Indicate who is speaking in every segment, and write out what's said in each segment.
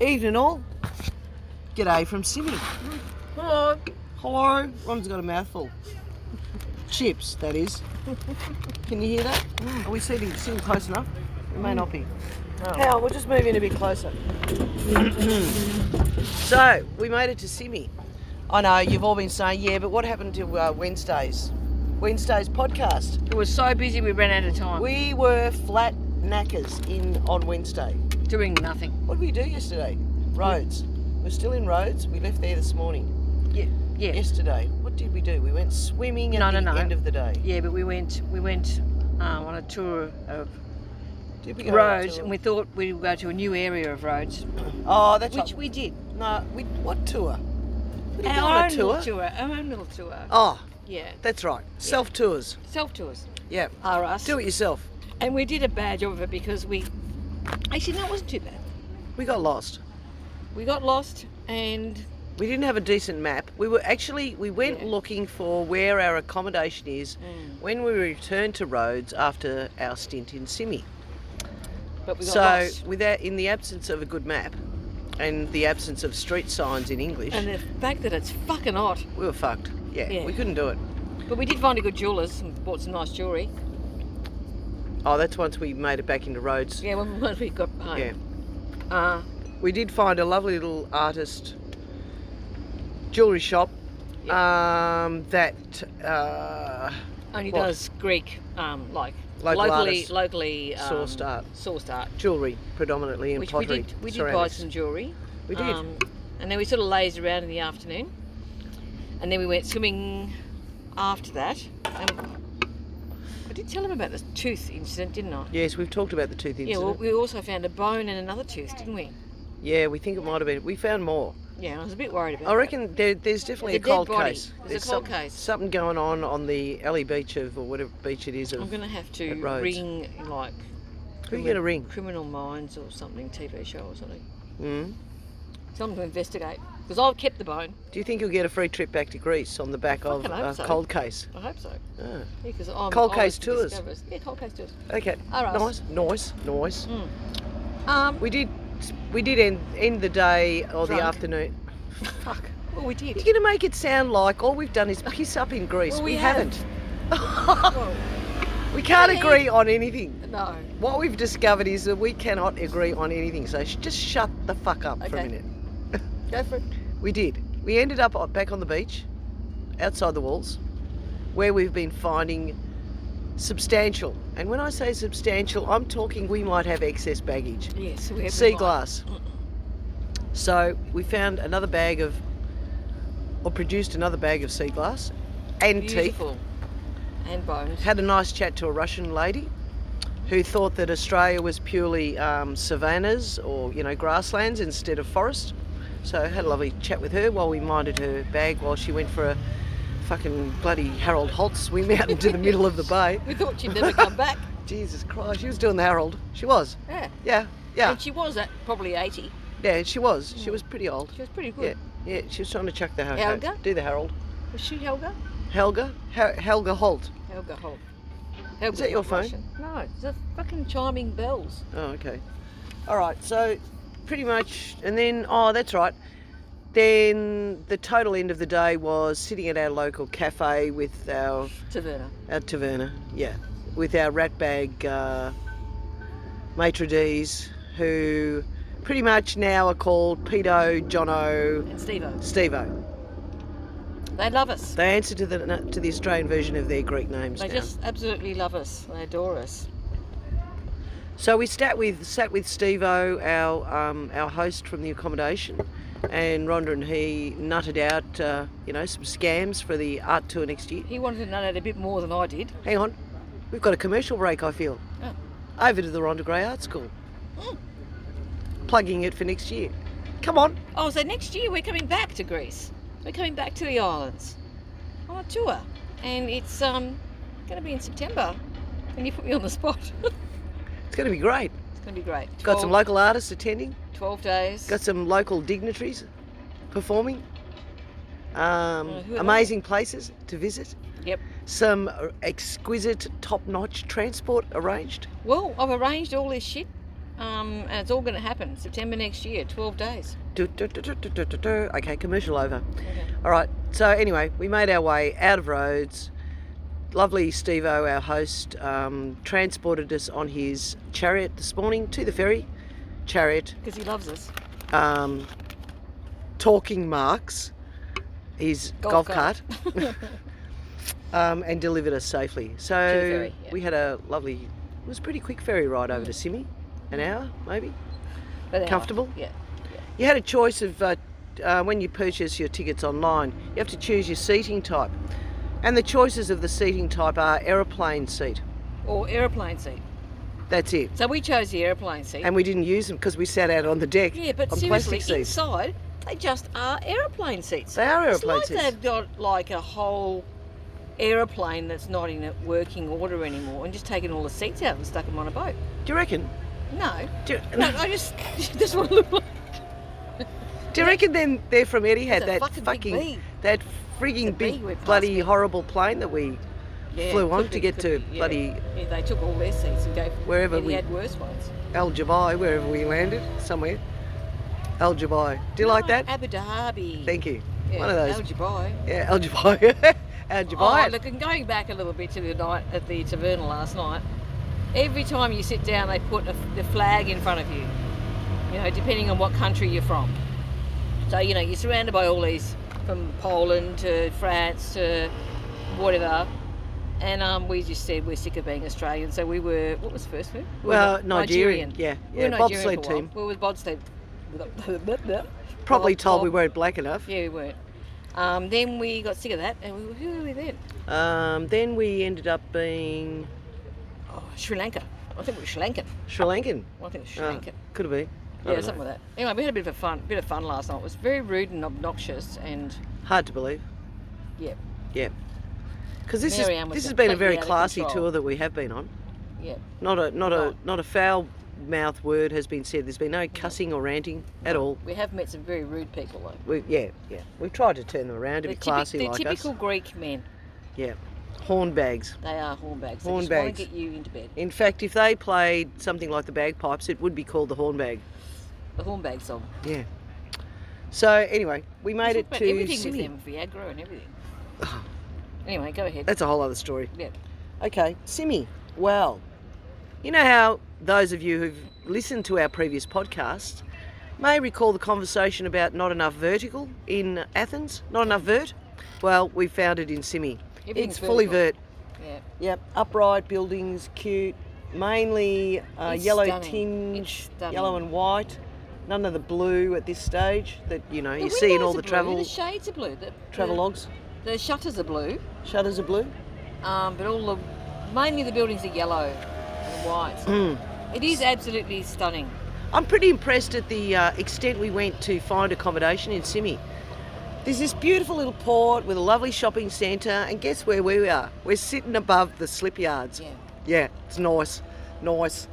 Speaker 1: Evening all. G'day from Sydney.
Speaker 2: Hello.
Speaker 1: Hello. Ron's got a mouthful. Chips, that is. Can you hear that? Are we sitting, sitting close enough? It may not be. Oh. Hal, we'll just move in a bit closer. so, we made it to Sydney. I know, you've all been saying, yeah, but what happened to uh, Wednesday's? Wednesday's podcast?
Speaker 2: It was so busy we ran out of time
Speaker 1: We were flat knackers in on Wednesday.
Speaker 2: doing nothing.
Speaker 1: What did we do yesterday? Roads. We're still in Rhodes. We left there this morning.
Speaker 2: Yeah.
Speaker 1: Yesterday, what did we do? We went swimming at
Speaker 2: No,
Speaker 1: the
Speaker 2: no, no.
Speaker 1: end of the day.
Speaker 2: Yeah, but we went we went uh, on a tour of
Speaker 1: Did we go
Speaker 2: roads,
Speaker 1: to-
Speaker 2: and we thought we'd go to a new area of roads,
Speaker 1: Oh, that's
Speaker 2: which
Speaker 1: which
Speaker 2: we did.
Speaker 1: no. We what tour? We didn't go
Speaker 2: Our
Speaker 1: on
Speaker 2: own
Speaker 1: a tour.
Speaker 2: little tour, our own little tour.
Speaker 1: Oh,
Speaker 2: Yeah, Uh,
Speaker 1: that's right. Self tours.
Speaker 2: self tours
Speaker 1: Yeah.
Speaker 2: are us,
Speaker 1: Do it yourself.
Speaker 2: and we did a bad job of it because we actually no, it wasn't too bad.
Speaker 1: We got lost.
Speaker 2: We got lost and
Speaker 1: We didn't have a decent map. We were actually we went
Speaker 2: Yeah.
Speaker 1: looking for where our accommodation is
Speaker 2: Mm.
Speaker 1: when we returned to Rhodes after our stint in Sydney.
Speaker 2: but we got
Speaker 1: so
Speaker 2: lost.
Speaker 1: without in the absence of a good map and the absence of street signs in English,
Speaker 2: And the fact that it's fucking hot,
Speaker 1: we were fucked. Yeah,
Speaker 2: Yeah.
Speaker 1: we couldn't do it.
Speaker 2: but we did find a good jeweler's and bought some nice jewellery.
Speaker 1: Oh, that's once we made it back into Rhodes.
Speaker 2: Yeah, when, when we got home.
Speaker 1: Yeah.
Speaker 2: Uh,
Speaker 1: We did find a lovely little artist jewelry shop um, that uh,
Speaker 2: only
Speaker 1: What?
Speaker 2: does Greek, um, like
Speaker 1: Local
Speaker 2: locally,
Speaker 1: artists.
Speaker 2: locally um,
Speaker 1: Sourced art.
Speaker 2: sourced art,
Speaker 1: jewelry predominantly in
Speaker 2: which we
Speaker 1: pottery.
Speaker 2: did. We did buy
Speaker 1: ceramics.
Speaker 2: some jewelry.
Speaker 1: We did.
Speaker 2: um, and then we sort of lazed around in the afternoon, and then we went swimming after that. And I did tell him about the tooth incident, didn't I?
Speaker 1: yes, we've talked about the tooth incident.
Speaker 2: Yeah. Well, we also found a bone and another tooth, didn't we?
Speaker 1: yeah, we think it might have been. We found more.
Speaker 2: Yeah. I was a bit worried about.
Speaker 1: I
Speaker 2: that.
Speaker 1: reckon there, there's definitely
Speaker 2: a
Speaker 1: a,
Speaker 2: dead
Speaker 1: cold
Speaker 2: body.
Speaker 1: case.
Speaker 2: There's a cold
Speaker 1: some-
Speaker 2: case.
Speaker 1: Something going on on the alley beach of, or whatever beach it is. Of,
Speaker 2: I'm going to have to
Speaker 1: At Rhodes.
Speaker 2: ring like
Speaker 1: who are you going to ring?
Speaker 2: Criminal Minds or something TV show or something.
Speaker 1: Mm.
Speaker 2: Tell them to investigate because I've kept the bone.
Speaker 1: Do you think you'll get a free trip back to Greece on the back of
Speaker 2: Fucking
Speaker 1: a
Speaker 2: hope so.
Speaker 1: cold case?
Speaker 2: I hope so.
Speaker 1: Ah,
Speaker 2: Yeah, because I'm
Speaker 1: Cold
Speaker 2: I was
Speaker 1: case
Speaker 2: the
Speaker 1: tours.
Speaker 2: discoverer. Yeah, cold case tours.
Speaker 1: okay.
Speaker 2: All right. Hmm.
Speaker 1: Nice, nice, nice.
Speaker 2: Um,
Speaker 1: We did, we did end end the day or the
Speaker 2: Drunk.
Speaker 1: afternoon.
Speaker 2: fuck. Well, we did.
Speaker 1: You're going to make it sound like all we've done is piss up in Greece.
Speaker 2: Well,
Speaker 1: we,
Speaker 2: we
Speaker 1: haven't.
Speaker 2: haven't. Well,
Speaker 1: we can't
Speaker 2: Hey.
Speaker 1: agree on anything.
Speaker 2: no.
Speaker 1: What we've discovered is that we cannot agree on anything. So sh- just shut the fuck up for a
Speaker 2: Okay.
Speaker 1: minute.
Speaker 2: Go for it.
Speaker 1: We did. We ended up on- back on the beach, outside the walls, where we've been finding substantial. And when I say substantial, I'm talking we might have excess baggage.
Speaker 2: Yes, we have.
Speaker 1: sea
Speaker 2: the light.
Speaker 1: glass. So we found another bag of, or produced another bag of sea glass and teeth.
Speaker 2: Beautiful. And bones.
Speaker 1: Had a nice chat to a Russian lady who thought that Australia was purely um, savannas or you know grasslands instead of forest. So had a lovely chat with her while we minded her bag while she went for a fucking bloody Harold Holt swim out into the middle of the bay.
Speaker 2: We thought she'd never come back.
Speaker 1: Jesus Christ, she was doing the Harold. She was.
Speaker 2: Yeah.
Speaker 1: Yeah, yeah,
Speaker 2: And she was at probably 80.
Speaker 1: yeah. She was. She was pretty old.
Speaker 2: She was pretty good.
Speaker 1: Yeah, yeah. She was trying to chuck the Har-
Speaker 2: Helga?
Speaker 1: Do the Harold.
Speaker 2: Was she Helga?
Speaker 1: Helga. Her- Helga Holt.
Speaker 2: Helga Holt. Helga's
Speaker 1: that your
Speaker 2: not
Speaker 1: phone?
Speaker 2: Russian. No, it's the fucking chiming bells.
Speaker 1: Oh, okay. All right. So pretty much, and then oh, that's right. Then the total end of the day was sitting at our local cafe with our
Speaker 2: Taverna.
Speaker 1: our taverna, yeah, with our rat bag uh, maitre d's who pretty much now are called Pedo, Jono,
Speaker 2: And Stevo.
Speaker 1: Stevo.
Speaker 2: They love us.
Speaker 1: They answer to the to the Australian version of their Greek names
Speaker 2: They
Speaker 1: now.
Speaker 2: just absolutely love us. They adore us.
Speaker 1: So we sat with sat with Stevo, our um, our host from the accommodation, and Rhonda and he nutted out, uh, you know, some scams for the art tour next year.
Speaker 2: He wanted to know that a bit more than I did.
Speaker 1: Hang on, we've got a commercial break. I feel.
Speaker 2: Oh.
Speaker 1: Over to the Rhonda Gray Art School. Plugging it for next year. Come on.
Speaker 2: Oh, so next year we're coming back to Greece. We're coming back to the islands on a tour, and it's um going to be in September. And you put me on the spot. it's
Speaker 1: It's going to be great.
Speaker 2: going to be great.
Speaker 1: Got some
Speaker 2: 12
Speaker 1: local artists attending.
Speaker 2: Twelve days.
Speaker 1: Got some local dignitaries performing. Um,
Speaker 2: Uh, who are they?
Speaker 1: amazing places to visit.
Speaker 2: Yep.
Speaker 1: Some uh, exquisite, top-notch transport arranged.
Speaker 2: Well, I've arranged all this shit. um, and it's all going to happen September next year, 12 days.
Speaker 1: Du- du- du- du- du- du- du- du. Okay, commercial over.
Speaker 2: Okay.
Speaker 1: All right. So anyway, we made our way out of Rhodes. Lovely Steve O, our host, um, transported us on his chariot this morning to the ferry. Chariot,
Speaker 2: Because he loves us.
Speaker 1: um, talking marks, his golf,
Speaker 2: Golf
Speaker 1: cart,
Speaker 2: cart.
Speaker 1: um, and delivered us safely. So
Speaker 2: ferry, yeah. Mm.
Speaker 1: we had a lovely, it was a pretty quick ferry ride over to Sydney, an hour maybe.
Speaker 2: But they are.
Speaker 1: Comfortable?
Speaker 2: Yeah.
Speaker 1: You had a choice of uh, uh, when you purchase your tickets online, you have to choose your seating type. And the choices of the seating type are aeroplane seat.
Speaker 2: Or aeroplane seat.
Speaker 1: That's it.
Speaker 2: So we chose the aeroplane seat.
Speaker 1: And we didn't use them because we sat out on the deck
Speaker 2: yeah, but
Speaker 1: on
Speaker 2: seriously,
Speaker 1: plastic seats.
Speaker 2: inside, they just are aeroplane seats.
Speaker 1: They are
Speaker 2: It's
Speaker 1: aeroplane
Speaker 2: like
Speaker 1: seats.
Speaker 2: they've got like a whole aeroplane that's not in a working order anymore and just taken all the seats out and stuck them on a boat.
Speaker 1: Do you reckon?
Speaker 2: No.
Speaker 1: Do,
Speaker 2: No, I just just want to look like
Speaker 1: do you reckon then they're from Eddie had
Speaker 2: a
Speaker 1: that
Speaker 2: fucking big bee.
Speaker 1: that frigging
Speaker 2: It's a bee
Speaker 1: big
Speaker 2: we're past
Speaker 1: bloody
Speaker 2: me.
Speaker 1: horrible plane that we
Speaker 2: Yeah,
Speaker 1: flew
Speaker 2: could
Speaker 1: on
Speaker 2: be,
Speaker 1: to get
Speaker 2: could
Speaker 1: to
Speaker 2: be, yeah.
Speaker 1: bloody
Speaker 2: Yeah, they took all their seats and gave
Speaker 1: Wherever
Speaker 2: and
Speaker 1: we-
Speaker 2: he had worse ones.
Speaker 1: Al Jabai wherever we landed somewhere. Al Jabai. Do you like
Speaker 2: No,
Speaker 1: that?
Speaker 2: Abu Dhabi.
Speaker 1: Thank you.
Speaker 2: Oh, yeah,
Speaker 1: One of those.
Speaker 2: Al Dubai.
Speaker 1: yeah, Al Jabai. Al Jabai.
Speaker 2: Oh, look, and going back a little bit to the night at the taverna last night, every time you sit down, they put a, the flag in front of you. You know, depending on what country you're from. So you know, you're surrounded by all these from Poland to France to whatever. And um, we just said we're sick of being Australian, so we were. What was the first food?
Speaker 1: Well, Nigerian. Yeah,
Speaker 2: we were
Speaker 1: yeah,
Speaker 2: Nigerian
Speaker 1: bobsled
Speaker 2: for a while.
Speaker 1: team.
Speaker 2: We were with bobsled.
Speaker 1: Probably
Speaker 2: Bob-
Speaker 1: told we
Speaker 2: Bob-
Speaker 1: weren't black enough.
Speaker 2: Yeah, we weren't. Um, then we got sick of that, and we, who were we then?
Speaker 1: Um, then we ended up being
Speaker 2: Oh, Sri Lanka. I think we were Sri Lankan.
Speaker 1: Sri Lankan.
Speaker 2: I think it was Sri
Speaker 1: Uh,
Speaker 2: Lankan.
Speaker 1: could have been. I
Speaker 2: yeah,
Speaker 1: don't
Speaker 2: something
Speaker 1: know.
Speaker 2: like that. Anyway, we had a bit of a fun, bit of fun last night. It was very rude and obnoxious, and
Speaker 1: Hard to believe.
Speaker 2: yeah,
Speaker 1: Yeah. Because this is
Speaker 2: Mary Ann was
Speaker 1: this has been a very
Speaker 2: completely out of
Speaker 1: classy
Speaker 2: control. Oh.
Speaker 1: tour that we have been on.
Speaker 2: yeah,
Speaker 1: Not a not a
Speaker 2: No.
Speaker 1: not a foul mouth word has been said. There's been no cussing or ranting at all.
Speaker 2: we have met some very rude people though.
Speaker 1: We, yeah, yeah. We tried to turn them around to be
Speaker 2: They're, typi-
Speaker 1: classy
Speaker 2: they're
Speaker 1: like
Speaker 2: typical
Speaker 1: us.
Speaker 2: Greek men.
Speaker 1: Yeah. Hornbags.
Speaker 2: They are hornbags. They just want
Speaker 1: Hornbags.
Speaker 2: to get you into bed.
Speaker 1: In fact, if they played something like the bagpipes, it would be called the hornbag.
Speaker 2: The hornbag song.
Speaker 1: Yeah. So anyway, we
Speaker 2: We
Speaker 1: made
Speaker 2: talk
Speaker 1: it
Speaker 2: about
Speaker 1: to
Speaker 2: everything
Speaker 1: Sydney.
Speaker 2: with them, Viagra and everything. anyway, go ahead.
Speaker 1: That's a whole other story.
Speaker 2: yeah.
Speaker 1: Okay, Simi. Well, you know how those of you who've listened to our previous podcast may recall the conversation about not enough vertical in Athens, not enough vert. Well, we found it in Simi. It's
Speaker 2: Everything's
Speaker 1: fully vert.
Speaker 2: vertical. yeah.
Speaker 1: Yep, upright buildings, cute, mainly uh,
Speaker 2: It's
Speaker 1: yellow
Speaker 2: stunning.
Speaker 1: tinge,
Speaker 2: It's stunning.
Speaker 1: yellow and white. None of the blue at this stage that you know
Speaker 2: The
Speaker 1: you see in
Speaker 2: windows
Speaker 1: all
Speaker 2: are
Speaker 1: the
Speaker 2: blue,
Speaker 1: travel
Speaker 2: The shades are blue. The,
Speaker 1: travel
Speaker 2: the,
Speaker 1: logs.
Speaker 2: the shutters are blue.
Speaker 1: Shutters are blue.
Speaker 2: um, but all the mainly the buildings are yellow and white.
Speaker 1: Mm.
Speaker 2: It is absolutely stunning.
Speaker 1: I'm pretty impressed at the uh, extent we went to find accommodation in Simi. There's this beautiful little port with a lovely shopping centre, and guess where we are? We're sitting above the slip yards.
Speaker 2: Yeah,
Speaker 1: Yeah, it's nice, nice.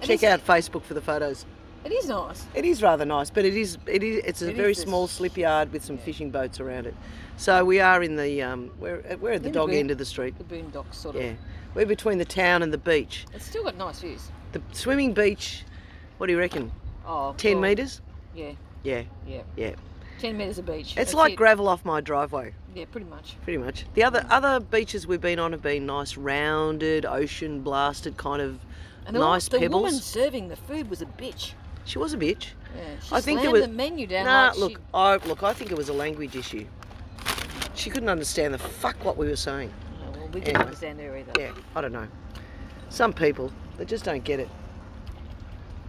Speaker 2: And
Speaker 1: Check
Speaker 2: is it-
Speaker 1: out Facebook for the photos.
Speaker 2: it is nice.
Speaker 1: It is rather nice, but it is it is it's a
Speaker 2: It is
Speaker 1: very
Speaker 2: this-
Speaker 1: small slip yard with some fishing boats around it. So we are in the um, we're we're at the
Speaker 2: In the
Speaker 1: dog
Speaker 2: boot.
Speaker 1: end of the street.
Speaker 2: The boondocks sort of.
Speaker 1: Yeah, we're between the town and the beach.
Speaker 2: It's still got nice views.
Speaker 1: The swimming beach. What do you reckon?
Speaker 2: Oh,
Speaker 1: Ten
Speaker 2: well,
Speaker 1: metres?
Speaker 2: Yeah,
Speaker 1: Yeah,
Speaker 2: yeah.
Speaker 1: yeah.
Speaker 2: Ten meters of beach.
Speaker 1: It's
Speaker 2: That's
Speaker 1: like
Speaker 2: it.
Speaker 1: gravel off my driveway,
Speaker 2: yeah, pretty much.
Speaker 1: pretty much. The other other beaches we've been on have been nice, rounded, ocean blasted kind of
Speaker 2: the, wo-
Speaker 1: nice
Speaker 2: the
Speaker 1: pebbles.
Speaker 2: woman serving the food was a bitch.
Speaker 1: She was a bitch.
Speaker 2: Yeah, she
Speaker 1: I think there
Speaker 2: slammed
Speaker 1: was
Speaker 2: the menu down.
Speaker 1: Nah,
Speaker 2: like
Speaker 1: look,
Speaker 2: she-
Speaker 1: I look. I think it was a language issue. She couldn't understand the fuck what we were saying.
Speaker 2: Oh, well, we
Speaker 1: anyway.
Speaker 2: didn't understand her either.
Speaker 1: Yeah, I don't know. Some people they just don't get it.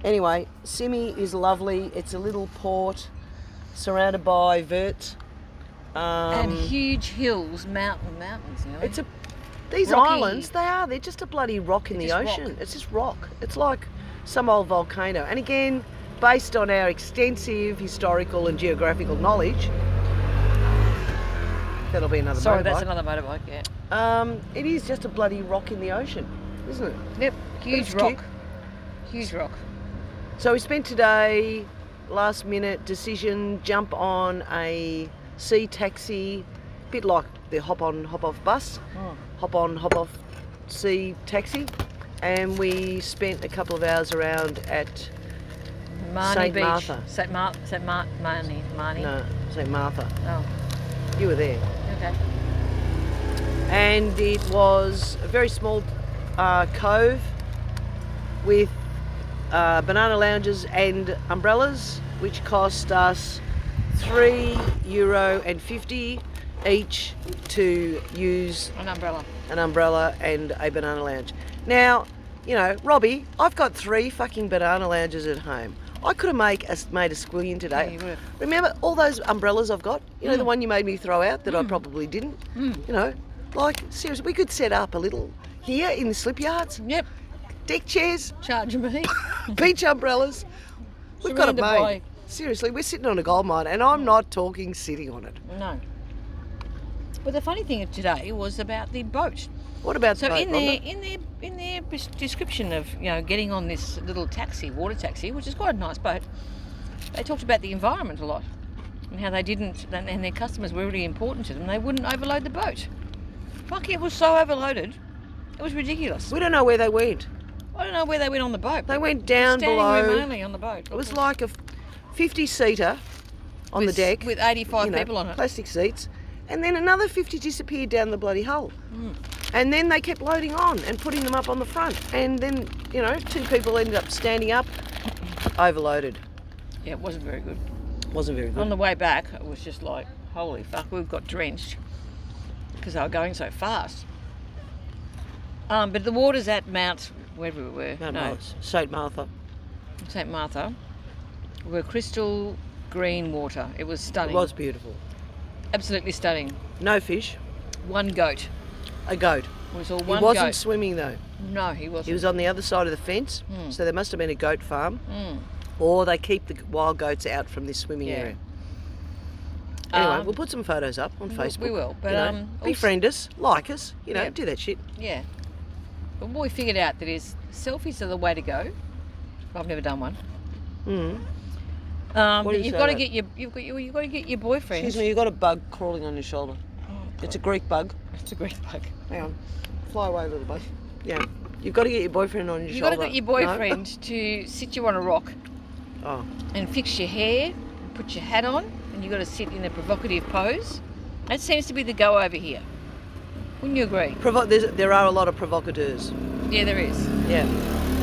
Speaker 1: Anyway, Simi is lovely. It's a little port surrounded by vert. Um,
Speaker 2: and huge hills, mountain mountains. You know?
Speaker 1: It's a these
Speaker 2: Rocky.
Speaker 1: islands. They are. They're just a bloody rock in
Speaker 2: They're
Speaker 1: the
Speaker 2: just rock.
Speaker 1: ocean. It's just rock. It's like some old volcano. And again, based on our extensive historical and geographical knowledge, that'll be another.
Speaker 2: sorry,
Speaker 1: motorbike.
Speaker 2: that's another motorbike. Yeah.
Speaker 1: Um, it is just a bloody rock in the ocean, isn't it?
Speaker 2: Yep.
Speaker 1: it's
Speaker 2: Huge
Speaker 1: cute.
Speaker 2: rock. Huge rock.
Speaker 1: So we spent today, last minute decision, jump on a sea taxi, bit like the hop on, hop off bus, hop on, hop off sea taxi, and we spent a couple of hours around at
Speaker 2: Marnie
Speaker 1: Saint
Speaker 2: Beach.
Speaker 1: Martha.
Speaker 2: Saint Mar. Saint Mar. Marnie. Marnie.
Speaker 1: No, St Martha.
Speaker 2: Oh.
Speaker 1: You were there.
Speaker 2: Okay.
Speaker 1: and it was a very small uh, cove with uh, banana lounges and umbrellas, which cost us three euro and fifty each to use
Speaker 2: An umbrella.
Speaker 1: an umbrella and a banana lounge. Now, you know, Robbie, I've got three fucking banana lounges at home. I could have make a, made a squillion
Speaker 2: Yeah,
Speaker 1: today.
Speaker 2: you would've. Mm.
Speaker 1: Remember all those umbrellas I've got? You know, the one you made me throw out that I probably didn't? You know, like, seriously, we could set up a little here in the slip yards,
Speaker 2: Yep.
Speaker 1: deck chairs,
Speaker 2: Charge me.
Speaker 1: beach umbrellas. We've
Speaker 2: So
Speaker 1: got
Speaker 2: we
Speaker 1: it
Speaker 2: need to
Speaker 1: made. Seriously, we're sitting on a gold mine and I'm not talking sitting on it.
Speaker 2: no. But the funny thing of today was about the boat.
Speaker 1: What about
Speaker 2: So
Speaker 1: the boat,
Speaker 2: in their
Speaker 1: Rhonda?
Speaker 2: in their in their bes- description of you know getting on this little taxi, water taxi, which is quite a nice boat, they talked about the environment a lot and how they didn't and and their customers were really important to them. They wouldn't overload the boat. Fuck, it was so overloaded, it was ridiculous.
Speaker 1: We don't know where they went.
Speaker 2: I don't know where they went on the boat.
Speaker 1: They
Speaker 2: but
Speaker 1: went down
Speaker 2: standing
Speaker 1: below.
Speaker 2: room only on the boat.
Speaker 1: It was like a 50 seater on
Speaker 2: With-
Speaker 1: the deck.
Speaker 2: with 85
Speaker 1: you know,
Speaker 2: people on it.
Speaker 1: Plastic seats. And then another 50 disappeared down the bloody hole.
Speaker 2: Hmm.
Speaker 1: And then they kept loading on and putting them up on the front. And then, you know, two people ended up standing up, overloaded.
Speaker 2: Yeah, it wasn't very good.
Speaker 1: Wasn't very
Speaker 2: On
Speaker 1: good.
Speaker 2: the way back, it was just like, holy fuck, we've got drenched because they were going so fast. Um, but the water's at Mount, wherever we were,
Speaker 1: No,
Speaker 2: no,
Speaker 1: no, it's St. Martha.
Speaker 2: St. Martha, were crystal green water. It was
Speaker 1: It
Speaker 2: stunning.
Speaker 1: was beautiful.
Speaker 2: absolutely stunning.
Speaker 1: No fish,
Speaker 2: One goat.
Speaker 1: a goat.
Speaker 2: It was all one
Speaker 1: he wasn't
Speaker 2: goat.
Speaker 1: swimming though.
Speaker 2: No, he wasn't.
Speaker 1: He was on the other side of the fence,
Speaker 2: Hmm.
Speaker 1: so there must have been a goat farm.
Speaker 2: Mm.
Speaker 1: Or they keep the wild goats out from this swimming
Speaker 2: Yeah.
Speaker 1: area. Anyway,
Speaker 2: Um,
Speaker 1: we'll put some photos up on
Speaker 2: we-
Speaker 1: Facebook.
Speaker 2: we will, but,
Speaker 1: you know,
Speaker 2: um, also-
Speaker 1: befriend us, like us, you know,
Speaker 2: Yeah.
Speaker 1: do that shit.
Speaker 2: Yeah. But what we figured out that is selfies are the way to go. I've never done one.
Speaker 1: Mm.
Speaker 2: Um,
Speaker 1: What
Speaker 2: but
Speaker 1: do you
Speaker 2: you've
Speaker 1: say
Speaker 2: got to
Speaker 1: that?
Speaker 2: get your you've got your, you've got to get your boyfriend.
Speaker 1: Excuse me, you've got a bug crawling on your shoulder.
Speaker 2: Oh,
Speaker 1: It's a Greek bug.
Speaker 2: It's a great bug.
Speaker 1: Hang on, fly away, little bug. Yeah, you've got to get your boyfriend on your
Speaker 2: You've got
Speaker 1: shoulder.
Speaker 2: to get your
Speaker 1: No?
Speaker 2: boyfriend to sit you on a rock
Speaker 1: Oh,
Speaker 2: and fix your hair, put your hat on, and you've got to sit in a provocative pose. That seems to be the go over here. Wouldn't you agree?
Speaker 1: Provo- there's, there are a lot of provocateurs.
Speaker 2: Yeah, there is.
Speaker 1: Yeah.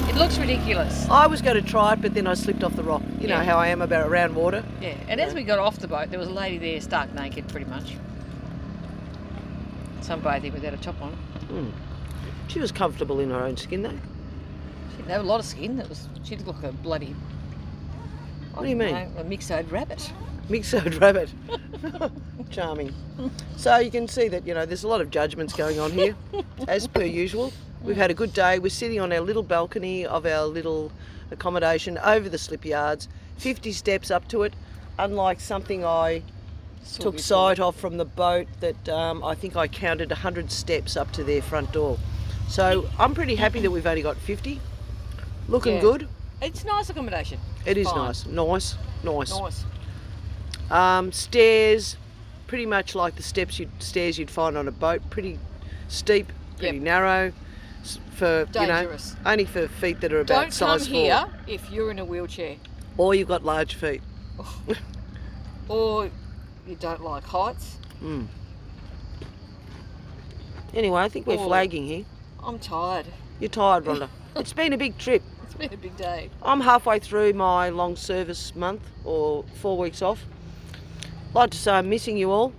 Speaker 2: It looks ridiculous.
Speaker 1: I was going to try it, but then I slipped off the rock. You know
Speaker 2: Yeah.
Speaker 1: how I am about around water.
Speaker 2: Yeah. And as we got off the boat, there was a lady there stark naked, pretty much. Sunbathing without a top on.
Speaker 1: She was comfortable in her own skin, though.
Speaker 2: She didn't have a lot of skin. That was she looked like a bloody.
Speaker 1: What do you mean?
Speaker 2: a mixed-eyed rabbit.
Speaker 1: Mixed rabbit. Charming. So you can see that, you know, there's a lot of judgments going on here, as per usual. We've had a good day. We're sitting on our little balcony of our little accommodation over the slip yards, 50 steps up to it, unlike something I
Speaker 2: Saw
Speaker 1: took
Speaker 2: before.
Speaker 1: sight of from the boat that um, I think I counted 100 steps up to their front door. So I'm pretty happy that we've only got 50. Looking
Speaker 2: Yeah.
Speaker 1: good.
Speaker 2: It's nice accommodation.
Speaker 1: It is
Speaker 2: Fine.
Speaker 1: nice. Nice. Nice.
Speaker 2: Nice.
Speaker 1: Um, stairs, pretty much like the steps you'd, stairs you'd find on a boat. Pretty steep, pretty
Speaker 2: Yep.
Speaker 1: narrow. s- For
Speaker 2: Dangerous.
Speaker 1: you know, only for feet that are about
Speaker 2: Don't come
Speaker 1: size
Speaker 2: here if you're in a wheelchair
Speaker 1: four, or you've got large feet.
Speaker 2: or you don't like heights.
Speaker 1: Anyway, I think we're
Speaker 2: Or-
Speaker 1: flagging here.
Speaker 2: I'm tired.
Speaker 1: You're tired, Rhonda. it's been a big trip.
Speaker 2: It's been a big day.
Speaker 1: I'm halfway through my long service month or four weeks off. Like to say I'm missing you all.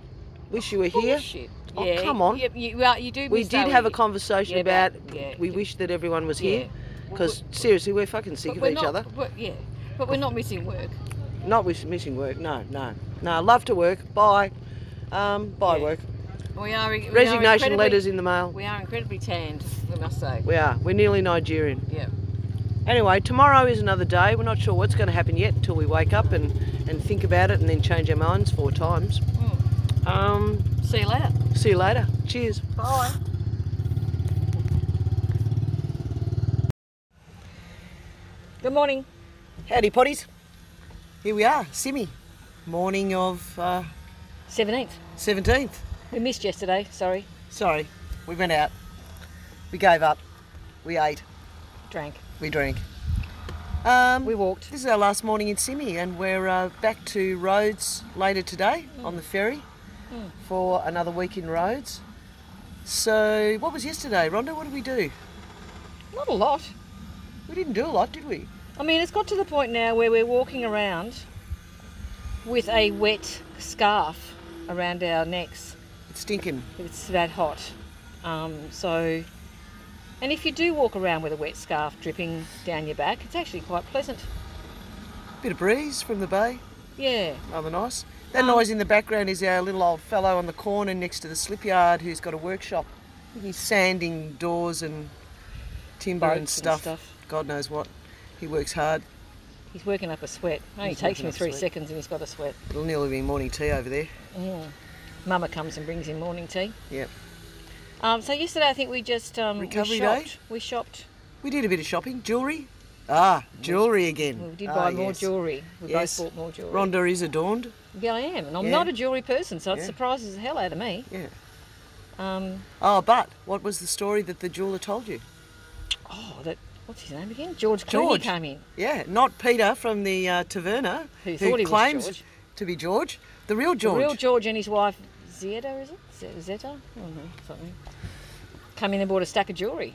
Speaker 1: Wish you were here.
Speaker 2: Bullshit.
Speaker 1: Oh,
Speaker 2: yeah.
Speaker 1: come on.
Speaker 2: Yeah, you, well, you do.
Speaker 1: We
Speaker 2: miss
Speaker 1: did
Speaker 2: though,
Speaker 1: have a
Speaker 2: you-
Speaker 1: conversation
Speaker 2: Yeah,
Speaker 1: about
Speaker 2: but- yeah,
Speaker 1: we
Speaker 2: yeah.
Speaker 1: wish that everyone was
Speaker 2: Yeah.
Speaker 1: here
Speaker 2: Well,
Speaker 1: because
Speaker 2: we-
Speaker 1: seriously we're fucking sick
Speaker 2: but
Speaker 1: of
Speaker 2: we're
Speaker 1: each
Speaker 2: not-
Speaker 1: other.
Speaker 2: but- yeah, but we're not missing work.
Speaker 1: Not wish, missing work. No, no, no. Love to work. Bye. Um, bye
Speaker 2: Yeah.
Speaker 1: work.
Speaker 2: We are. we are
Speaker 1: Resignation
Speaker 2: incredibly-
Speaker 1: letters in the mail.
Speaker 2: We are incredibly tanned, I must say.
Speaker 1: We are. We're nearly Nigerian.
Speaker 2: Yeah.
Speaker 1: Anyway, tomorrow is another day. We're not sure what's going to happen yet until we wake up and, and think about it and then change our minds four times.
Speaker 2: Hmm.
Speaker 1: Um,
Speaker 2: See you later.
Speaker 1: see you later. Cheers.
Speaker 2: Bye. Good morning.
Speaker 1: Howdy, potties. Here we are, Simi. Morning of uh,
Speaker 2: 17th.
Speaker 1: 17th.
Speaker 2: We missed yesterday, sorry.
Speaker 1: Sorry, we went out. We gave up. We ate.
Speaker 2: Drank.
Speaker 1: We drank. Um,
Speaker 2: We walked.
Speaker 1: This is our last morning in Sydney, and we're uh, back to Rhodes later today on the ferry for another week in Rhodes. So, what was yesterday, Rhonda? What did we do?
Speaker 2: Not a lot.
Speaker 1: We didn't do a lot, did we?
Speaker 2: I mean, it's got to the point now where we're walking around with a wet scarf around our necks.
Speaker 1: It's stinking.
Speaker 2: It's that hot. Um, so, and if you do walk around with a wet scarf dripping down your back, it's actually quite pleasant.
Speaker 1: Bit of breeze from the bay,
Speaker 2: Yeah.
Speaker 1: rather nice. That
Speaker 2: Um,
Speaker 1: noise in the background is our little old fellow on the corner next to the slip yard who's got a workshop. He's sanding doors and timber
Speaker 2: Ropes
Speaker 1: and
Speaker 2: and
Speaker 1: stuff.
Speaker 2: stuff.
Speaker 1: God knows what. He works hard.
Speaker 2: He's working up a sweat. It only
Speaker 1: He's
Speaker 2: takes
Speaker 1: working
Speaker 2: me
Speaker 1: up a
Speaker 2: three
Speaker 1: sweat.
Speaker 2: seconds and he's got a sweat.
Speaker 1: It'll nearly be morning tea over there.
Speaker 2: Mm. Mama comes and brings him morning tea.
Speaker 1: Yep.
Speaker 2: Um, so yesterday, I think we just um,
Speaker 1: Recovery
Speaker 2: we
Speaker 1: day?
Speaker 2: shopped. We shopped.
Speaker 1: We did a bit of shopping. Jewellery? Ah, jewellery again.
Speaker 2: We did
Speaker 1: Ah,
Speaker 2: buy more
Speaker 1: yes.
Speaker 2: jewellery. We
Speaker 1: Yes.
Speaker 2: both bought more jewellery.
Speaker 1: Rhonda is adorned.
Speaker 2: Yeah, I am, and I'm
Speaker 1: Yeah.
Speaker 2: not a jewellery person, so it
Speaker 1: Yeah.
Speaker 2: surprises the hell out of me.
Speaker 1: Yeah.
Speaker 2: Um,
Speaker 1: Oh, but what was the story that the jeweller told you?
Speaker 2: oh, that what's his name again? George Clooney
Speaker 1: George.
Speaker 2: came in.
Speaker 1: Yeah, not Peter from the uh, taverna
Speaker 2: Who thought he was
Speaker 1: claims
Speaker 2: George.
Speaker 1: to be George. The real
Speaker 2: The
Speaker 1: George.
Speaker 2: real George and his wife Zeta, is it? Ze- Zeta? I don't know, something. Come in and bought a stack of jewellery.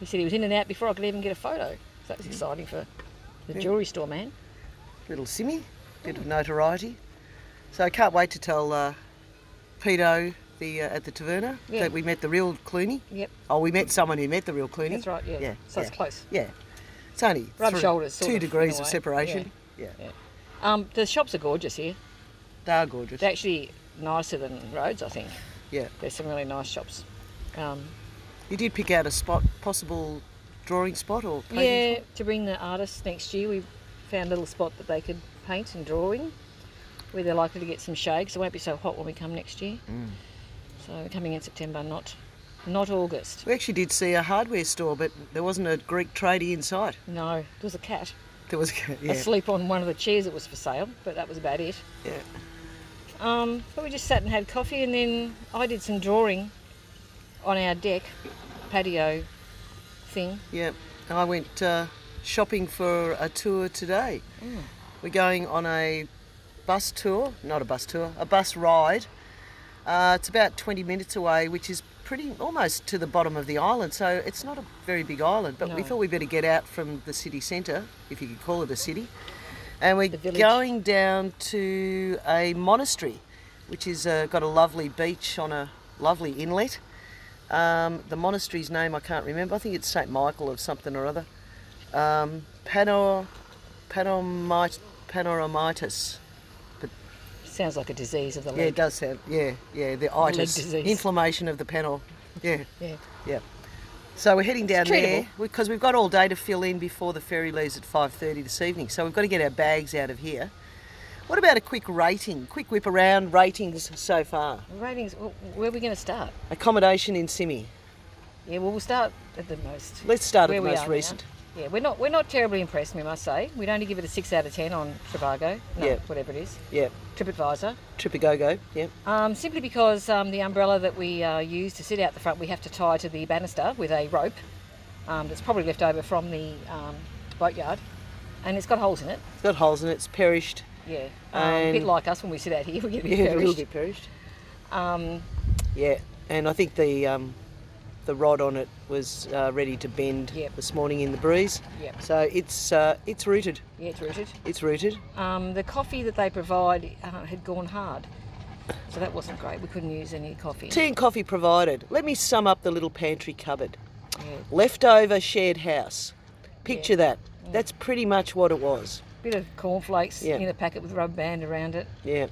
Speaker 2: He said he was in and out before I could even get a photo. So that was exciting for the
Speaker 1: Mm-hmm. Yeah.
Speaker 2: jewellery store man.
Speaker 1: Little Simmy, bit of notoriety. So I can't wait to tell uh, Peter the uh, at the taverna
Speaker 2: Yeah.
Speaker 1: that we met the real Clooney.
Speaker 2: Yep,
Speaker 1: Oh, we met someone who met the real Clooney.
Speaker 2: that's right. Yeah,
Speaker 1: Yeah.
Speaker 2: so
Speaker 1: yeah.
Speaker 2: it's close.
Speaker 1: yeah. It's only
Speaker 2: Rub
Speaker 1: three-
Speaker 2: shoulders, sort
Speaker 1: two
Speaker 2: of, in a
Speaker 1: degrees of
Speaker 2: way.
Speaker 1: separation. Yeah.
Speaker 2: Um, the shops are gorgeous here.
Speaker 1: They are gorgeous.
Speaker 2: They're actually nicer than Rhodes, I think.
Speaker 1: Yeah.
Speaker 2: There's some really nice shops. Um,
Speaker 1: You did pick out a spot, possible drawing spot or painting
Speaker 2: yeah,
Speaker 1: spot?
Speaker 2: to bring the artists next year, we found a little spot that they could paint and draw in, where they're likely to get some shade, 'cause it won't be so hot when we come next year.
Speaker 1: Mm.
Speaker 2: So we're coming in September, not not August.
Speaker 1: We actually did see a hardware store, but there wasn't a Greek tradie in sight.
Speaker 2: No, there was a cat
Speaker 1: There was, yeah,
Speaker 2: asleep on one of the chairs that was for sale, but that was about it.
Speaker 1: yeah.
Speaker 2: Um, but we just sat and had coffee, and then I did some drawing on our deck patio thing.
Speaker 1: Yeah, and I went uh, shopping for a tour today. We're going on a bus tour, not a bus tour, a bus ride. Uh, it's about 20 minutes away, which is pretty almost to the bottom of the island, so it's not a very big island. But we
Speaker 2: No.
Speaker 1: thought we better get out from the city centre, if you could call it a city, and we're
Speaker 2: The village.
Speaker 1: going down to a monastery, which is uh, got a lovely beach on a lovely inlet. Um, the monastery's name I can't remember. I think it's Saint Michael of something or other. Um, panor, panoramit, panoramitis.
Speaker 2: Sounds like a disease of the
Speaker 1: Yeah, it
Speaker 2: leg.
Speaker 1: does sound. Yeah, yeah. The itis,
Speaker 2: disease.
Speaker 1: inflammation of the panel. Yeah,
Speaker 2: Yeah.
Speaker 1: yeah. So we're heading down there
Speaker 2: treatable.
Speaker 1: because we've got all day to fill in before the ferry leaves at 5:30 this evening. So we've got to get our bags out of here. What about a quick rating? Quick whip around ratings so far.
Speaker 2: Ratings. wh- Where are we going to start?
Speaker 1: Accommodation in Simi.
Speaker 2: Yeah, well, we'll start at the most.
Speaker 1: Let's start
Speaker 2: where
Speaker 1: at the
Speaker 2: we
Speaker 1: most
Speaker 2: are now.
Speaker 1: recent.
Speaker 2: Yeah, we're not we're not terribly impressed, we must say. We'd only give it a six out of ten on Trivago, no,
Speaker 1: Yeah.
Speaker 2: whatever it is,
Speaker 1: Yeah,
Speaker 2: TripAdvisor,
Speaker 1: Tripagogo. Yeah.
Speaker 2: um, simply because um, the umbrella that we uh, use to sit out the front, we have to tie to the banister with a rope um, that's probably left over from the um, boatyard, and it's got holes in it.
Speaker 1: It's got holes in it. It's perished.
Speaker 2: Yeah, um, a bit
Speaker 1: And-
Speaker 2: like us when we sit out here, we get a bit
Speaker 1: Yeah, a little
Speaker 2: perished.
Speaker 1: bit perished.
Speaker 2: Um,
Speaker 1: Yeah, and I think the um, the rod on it was uh, ready to bend
Speaker 2: Yep.
Speaker 1: this morning in the breeze.
Speaker 2: Yep.
Speaker 1: So it's uh, it's rooted.
Speaker 2: yeah, it's rooted.
Speaker 1: It's rooted.
Speaker 2: Um, the coffee that they provide uh, had gone hard, so that wasn't great. We couldn't use any coffee.
Speaker 1: Tea and coffee provided. Let me sum up the little pantry cupboard.
Speaker 2: Yeah.
Speaker 1: Leftover shared house. Picture that. That's pretty much what it was.
Speaker 2: Bit of cornflakes
Speaker 1: Yeah.
Speaker 2: in a packet with rubber band around it.
Speaker 1: Yeah.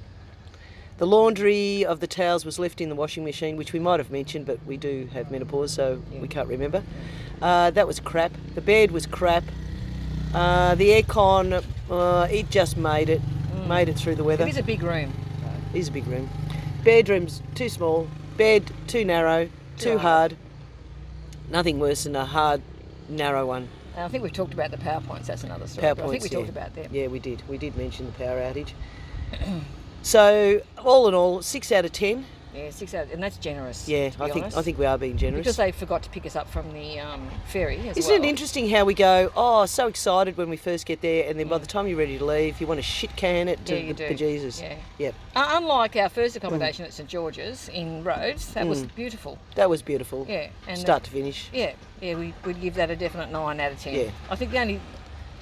Speaker 1: The laundry of the towels was left in the washing machine, which we might have mentioned, but we do have menopause, so we can't remember. Uh, that was crap. The bed was crap. Uh, the aircon, uh, it just made it, made it through the weather.
Speaker 2: It is a big room.
Speaker 1: It is a big room. Bedroom's too small. Bed too narrow. Too,
Speaker 2: Too
Speaker 1: hard.
Speaker 2: hard.
Speaker 1: Nothing worse than a hard, narrow one.
Speaker 2: And I think we've talked about the PowerPoints, that's another story.
Speaker 1: Power
Speaker 2: but I think we
Speaker 1: points,
Speaker 2: talked
Speaker 1: yeah.
Speaker 2: about them.
Speaker 1: Yeah, we did. We did mention the power outage. so all in all, six out of ten.
Speaker 2: Yeah, six hours, and that's generous.
Speaker 1: Yeah,
Speaker 2: to be
Speaker 1: I think
Speaker 2: honest.
Speaker 1: I think we are being generous.
Speaker 2: because they forgot to pick us up from the um, ferry. As
Speaker 1: Isn't
Speaker 2: well.
Speaker 1: it interesting how we go, oh, so excited when we first get there, and then by the time you're ready to leave, you want to shit can it to
Speaker 2: Yeah, you
Speaker 1: the
Speaker 2: do.
Speaker 1: bejesus.
Speaker 2: Yeah.
Speaker 1: Yep,
Speaker 2: Uh, unlike our
Speaker 1: Mm.
Speaker 2: first accommodation at St George's in Rhodes, that was beautiful.
Speaker 1: that was beautiful.
Speaker 2: Yeah, and uh,
Speaker 1: Start to finish.
Speaker 2: yeah, yeah, we would give that a definite nine out of ten.
Speaker 1: Yeah.
Speaker 2: I think the only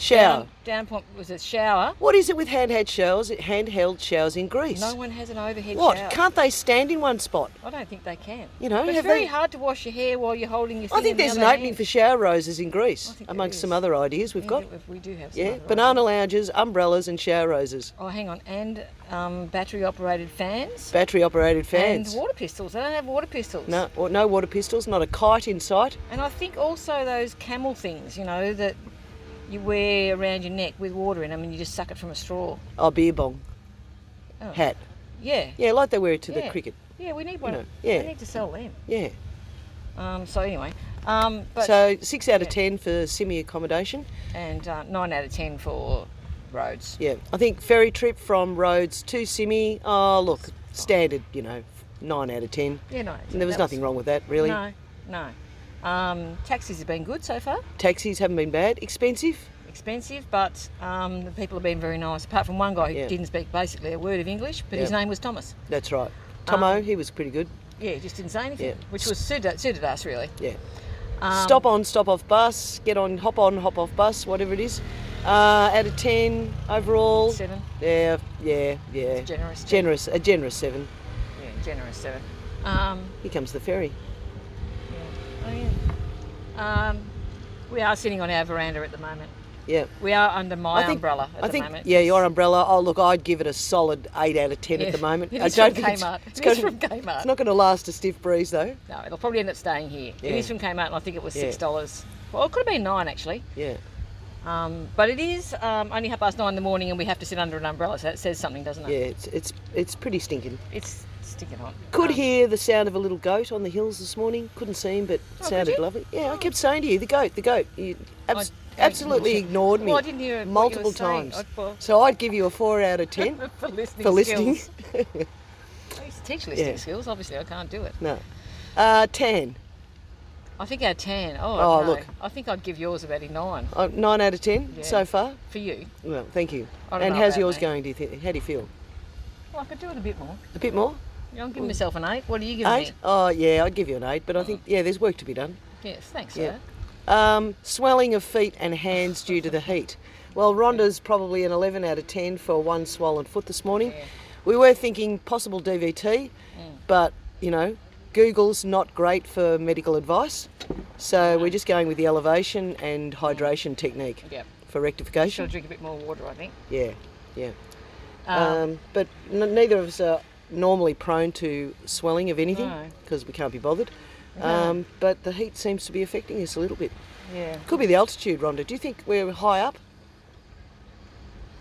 Speaker 1: Shower.
Speaker 2: down, down point was a shower.
Speaker 1: What is it with handheld showers? Handheld showers in Greece.
Speaker 2: No one has an overhead
Speaker 1: what?
Speaker 2: shower.
Speaker 1: Can't they stand in one spot?
Speaker 2: I don't think they can.
Speaker 1: You know,
Speaker 2: But it's
Speaker 1: have
Speaker 2: very
Speaker 1: they-
Speaker 2: hard to wash your hair while you're holding your.
Speaker 1: I think there's an opening for shower roses in Greece,
Speaker 2: think there
Speaker 1: amongst some
Speaker 2: is.
Speaker 1: other ideas we've got.
Speaker 2: We do have. Some
Speaker 1: Yeah,
Speaker 2: other
Speaker 1: banana lounges, umbrellas, and shower roses.
Speaker 2: Oh, hang on, and um, battery operated fans,
Speaker 1: Battery operated fans.
Speaker 2: and water pistols. They don't have water pistols.
Speaker 1: No, or no water pistols, not a kite in sight.
Speaker 2: And I think also those camel things, you know, that you wear around your neck with water in them, and you just suck it from a straw.
Speaker 1: Oh, beer bong.
Speaker 2: Oh.
Speaker 1: Hat.
Speaker 2: Yeah.
Speaker 1: Yeah, like they wear it to
Speaker 2: Yeah.
Speaker 1: the cricket.
Speaker 2: Yeah, we need one.
Speaker 1: know, yeah.
Speaker 2: We need to sell them.
Speaker 1: Yeah.
Speaker 2: Um, so anyway, um, but
Speaker 1: so six out of
Speaker 2: yeah.
Speaker 1: ten for semi accommodation.
Speaker 2: and uh, nine out of ten for roads.
Speaker 1: Yeah, I think ferry trip from Rhodes to Simi. Oh, look, standard. You know, nine out of ten.
Speaker 2: Yeah, no.
Speaker 1: And there was nothing wrong with that, really.
Speaker 2: No, no. Um, taxis have been good so far.
Speaker 1: Taxis haven't been bad. Expensive.
Speaker 2: Expensive, but um, the people have been very nice. Apart from one guy who
Speaker 1: Yeah.
Speaker 2: didn't speak basically a word of English, but his
Speaker 1: Yeah.
Speaker 2: name was Thomas.
Speaker 1: That's right. Tomo,
Speaker 2: Um,
Speaker 1: he was pretty good.
Speaker 2: Yeah, he just didn't say anything,
Speaker 1: Yeah.
Speaker 2: which was suited, suited us really.
Speaker 1: Yeah.
Speaker 2: Um,
Speaker 1: stop on, stop off bus. Get on, hop on, hop off bus. Whatever it is. Uh, out of ten overall.
Speaker 2: Seven.
Speaker 1: Yeah, yeah, yeah.
Speaker 2: It's generous, too.
Speaker 1: Generous. A generous seven.
Speaker 2: Yeah, generous seven. Um,
Speaker 1: Here comes the ferry.
Speaker 2: oh yeah. Um, we are sitting on our veranda at the moment.
Speaker 1: Yeah.
Speaker 2: We are under my umbrella at
Speaker 1: I
Speaker 2: the
Speaker 1: think,
Speaker 2: moment.
Speaker 1: Yeah, your umbrella. Oh, look, I'd give it a solid eight out of ten
Speaker 2: Yeah.
Speaker 1: at the moment.
Speaker 2: It
Speaker 1: I
Speaker 2: is
Speaker 1: don't
Speaker 2: from
Speaker 1: think it's-
Speaker 2: Kmart.
Speaker 1: It's,
Speaker 2: It is
Speaker 1: gonna-
Speaker 2: from Kmart.
Speaker 1: It's not going to last a stiff breeze though.
Speaker 2: No, it'll probably end up staying here.
Speaker 1: Yeah.
Speaker 2: It is from Kmart, and I think it was
Speaker 1: Yeah.
Speaker 2: six dollars. Well, it could have been nine actually.
Speaker 1: Yeah.
Speaker 2: Um, but it is um, only half past nine in the morning, and we have to sit under an umbrella, so it says something, doesn't it?
Speaker 1: Yeah. It's it's it's pretty stinking.
Speaker 2: It's sticking hot.
Speaker 1: Could
Speaker 2: Um,
Speaker 1: hear the sound of a little goat on the hills this morning. Couldn't see him, but
Speaker 2: Oh, could
Speaker 1: sounded
Speaker 2: you?
Speaker 1: lovely. Yeah, I kept saying to you, the goat, the goat. You abs-
Speaker 2: I- I
Speaker 1: absolutely ignored
Speaker 2: ignored you.
Speaker 1: me.
Speaker 2: Well, I didn't hear what you were
Speaker 1: multiple
Speaker 2: saying.
Speaker 1: times.
Speaker 2: I- well-
Speaker 1: so I'd give you a four out of ten
Speaker 2: for listening.
Speaker 1: for listening.
Speaker 2: Skills. I used to teach listening
Speaker 1: Yeah.
Speaker 2: skills. Obviously, I can't do it.
Speaker 1: no. Uh, tan.
Speaker 2: I think our tan. Oh,
Speaker 1: Oh,
Speaker 2: no.
Speaker 1: look.
Speaker 2: I think I'd give yours about a nine
Speaker 1: Uh, nine out of ten
Speaker 2: Yeah.
Speaker 1: so far.
Speaker 2: for you.
Speaker 1: Well, thank you.
Speaker 2: I don't
Speaker 1: And
Speaker 2: know
Speaker 1: how's
Speaker 2: about
Speaker 1: yours
Speaker 2: me.
Speaker 1: going? Do you think? How do you feel?
Speaker 2: Well, I could do it a bit more.
Speaker 1: A bit more.
Speaker 2: Yeah, I'm giving myself an eight. What are you giving
Speaker 1: Eight?
Speaker 2: me? Oh.
Speaker 1: Oh, yeah, I'd give you an eight, but I think, yeah, there's work to be done.
Speaker 2: Yes, thanks.
Speaker 1: Yeah.
Speaker 2: Sarah.
Speaker 1: Um, swelling of feet and hands due to the heat. Well, Rhonda's probably an 11 out of 10 for one swollen foot this morning.
Speaker 2: Yeah. Mm.
Speaker 1: We were thinking possible DVT, but, you know, Google's not great for medical advice. So we're just going with the elevation and
Speaker 2: Mm.
Speaker 1: hydration technique
Speaker 2: Yep.
Speaker 1: for
Speaker 2: Should
Speaker 1: rectification.
Speaker 2: have drink a bit more water, I think.
Speaker 1: Yeah, yeah.
Speaker 2: Um,
Speaker 1: Um, but n- neither of us are normally prone to swelling of anything
Speaker 2: No.
Speaker 1: because we can't be bothered. Um, but the heat seems to be affecting us a little bit.
Speaker 2: yeah.
Speaker 1: Could be the altitude, Rhonda. Do you think we're high up?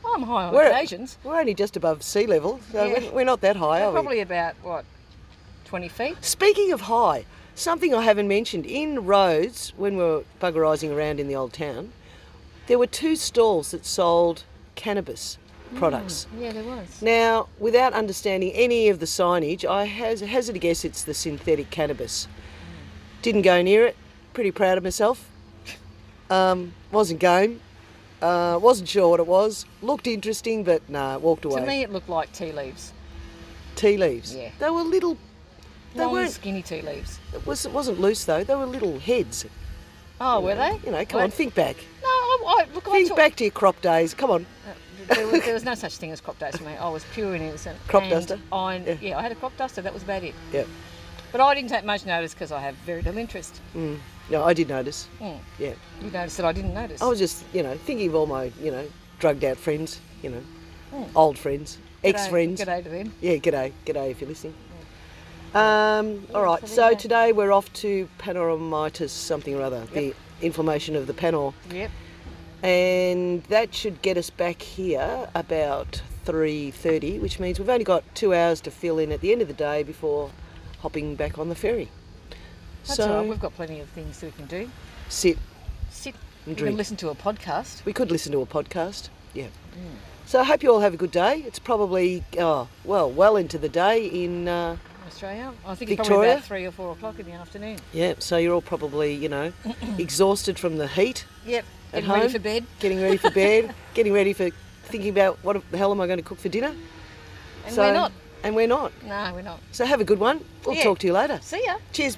Speaker 2: I'm high on
Speaker 1: We're-
Speaker 2: occasions.
Speaker 1: We're only just above sea level, so
Speaker 2: Yeah.
Speaker 1: we're, we're not that high, are we?
Speaker 2: Probably about what, 20 feet?
Speaker 1: Speaking of high, something I haven't mentioned in Rhodes when we were buggerising around in the old town, there were two stalls that sold cannabis products.
Speaker 2: Yeah, there was.
Speaker 1: Now, without understanding any of the signage, I has, hazard a guess it's the synthetic cannabis. Didn't go near it. Pretty proud of myself. Um, wasn't game. Uh, wasn't sure what it was. Looked interesting, but nah, walked away.
Speaker 2: To me, it looked like tea leaves.
Speaker 1: Tea leaves.
Speaker 2: Yeah.
Speaker 1: They were little. They
Speaker 2: Long,
Speaker 1: weren't.
Speaker 2: skinny tea leaves.
Speaker 1: It, was, it wasn't loose though. They were little heads.
Speaker 2: Oh, were they?
Speaker 1: You know, come on,
Speaker 2: Weren't-
Speaker 1: think back.
Speaker 2: No, I, I, look, I
Speaker 1: Think
Speaker 2: took-
Speaker 1: back to your crop days. Come on.
Speaker 2: There was, there was no such thing as crop dust for me. I was pure and innocent.
Speaker 1: Crop
Speaker 2: And
Speaker 1: duster?
Speaker 2: I, yeah.
Speaker 1: Yeah.
Speaker 2: I had a crop duster. That was about it.
Speaker 1: Yeah.
Speaker 2: But I didn't take much notice because I have very little interest.
Speaker 1: Mm. No, I did notice.
Speaker 2: Mm.
Speaker 1: Yeah.
Speaker 2: You noticed that I didn't notice.
Speaker 1: I was just, you know, thinking of all my, you know, drugged out friends, you know, old friends,
Speaker 2: Hmm. G'day-
Speaker 1: ex friends.
Speaker 2: G'day to them.
Speaker 1: Yeah, g'day, g'day if you're listening. Um, all right,
Speaker 2: so there
Speaker 1: so
Speaker 2: you go.
Speaker 1: today we're off to panoramitis something or other, the inflammation of the panor,
Speaker 2: Yep.
Speaker 1: and that should get us back here about three thirty, which means we've only got two hours to fill in at the end of the day before hopping back on the ferry.
Speaker 2: That's
Speaker 1: so
Speaker 2: all right. We've got plenty of things that we can do.
Speaker 1: sit
Speaker 2: Sit
Speaker 1: and
Speaker 2: You can
Speaker 1: drink.
Speaker 2: listen to a podcast.
Speaker 1: We could listen to a podcast. Yeah.
Speaker 2: Mm.
Speaker 1: So I hope you all have a good day. It's probably oh, well, well into the day in uh,
Speaker 2: Australia. I think
Speaker 1: it's probably about Victoria?
Speaker 2: about three or four o'clock in the afternoon.
Speaker 1: Yeah, so you're all probably, you know, exhausted from the heat,
Speaker 2: Yep.
Speaker 1: At
Speaker 2: Getting ready
Speaker 1: home?
Speaker 2: for bed.
Speaker 1: getting ready for bed, getting ready for thinking about what the hell am I going to cook for dinner.
Speaker 2: And
Speaker 1: So-
Speaker 2: we're not.
Speaker 1: And we're not.
Speaker 2: No, we're not.
Speaker 1: So have a good one. We'll
Speaker 2: Yeah.
Speaker 1: talk to you later.
Speaker 2: See ya.
Speaker 1: Cheers.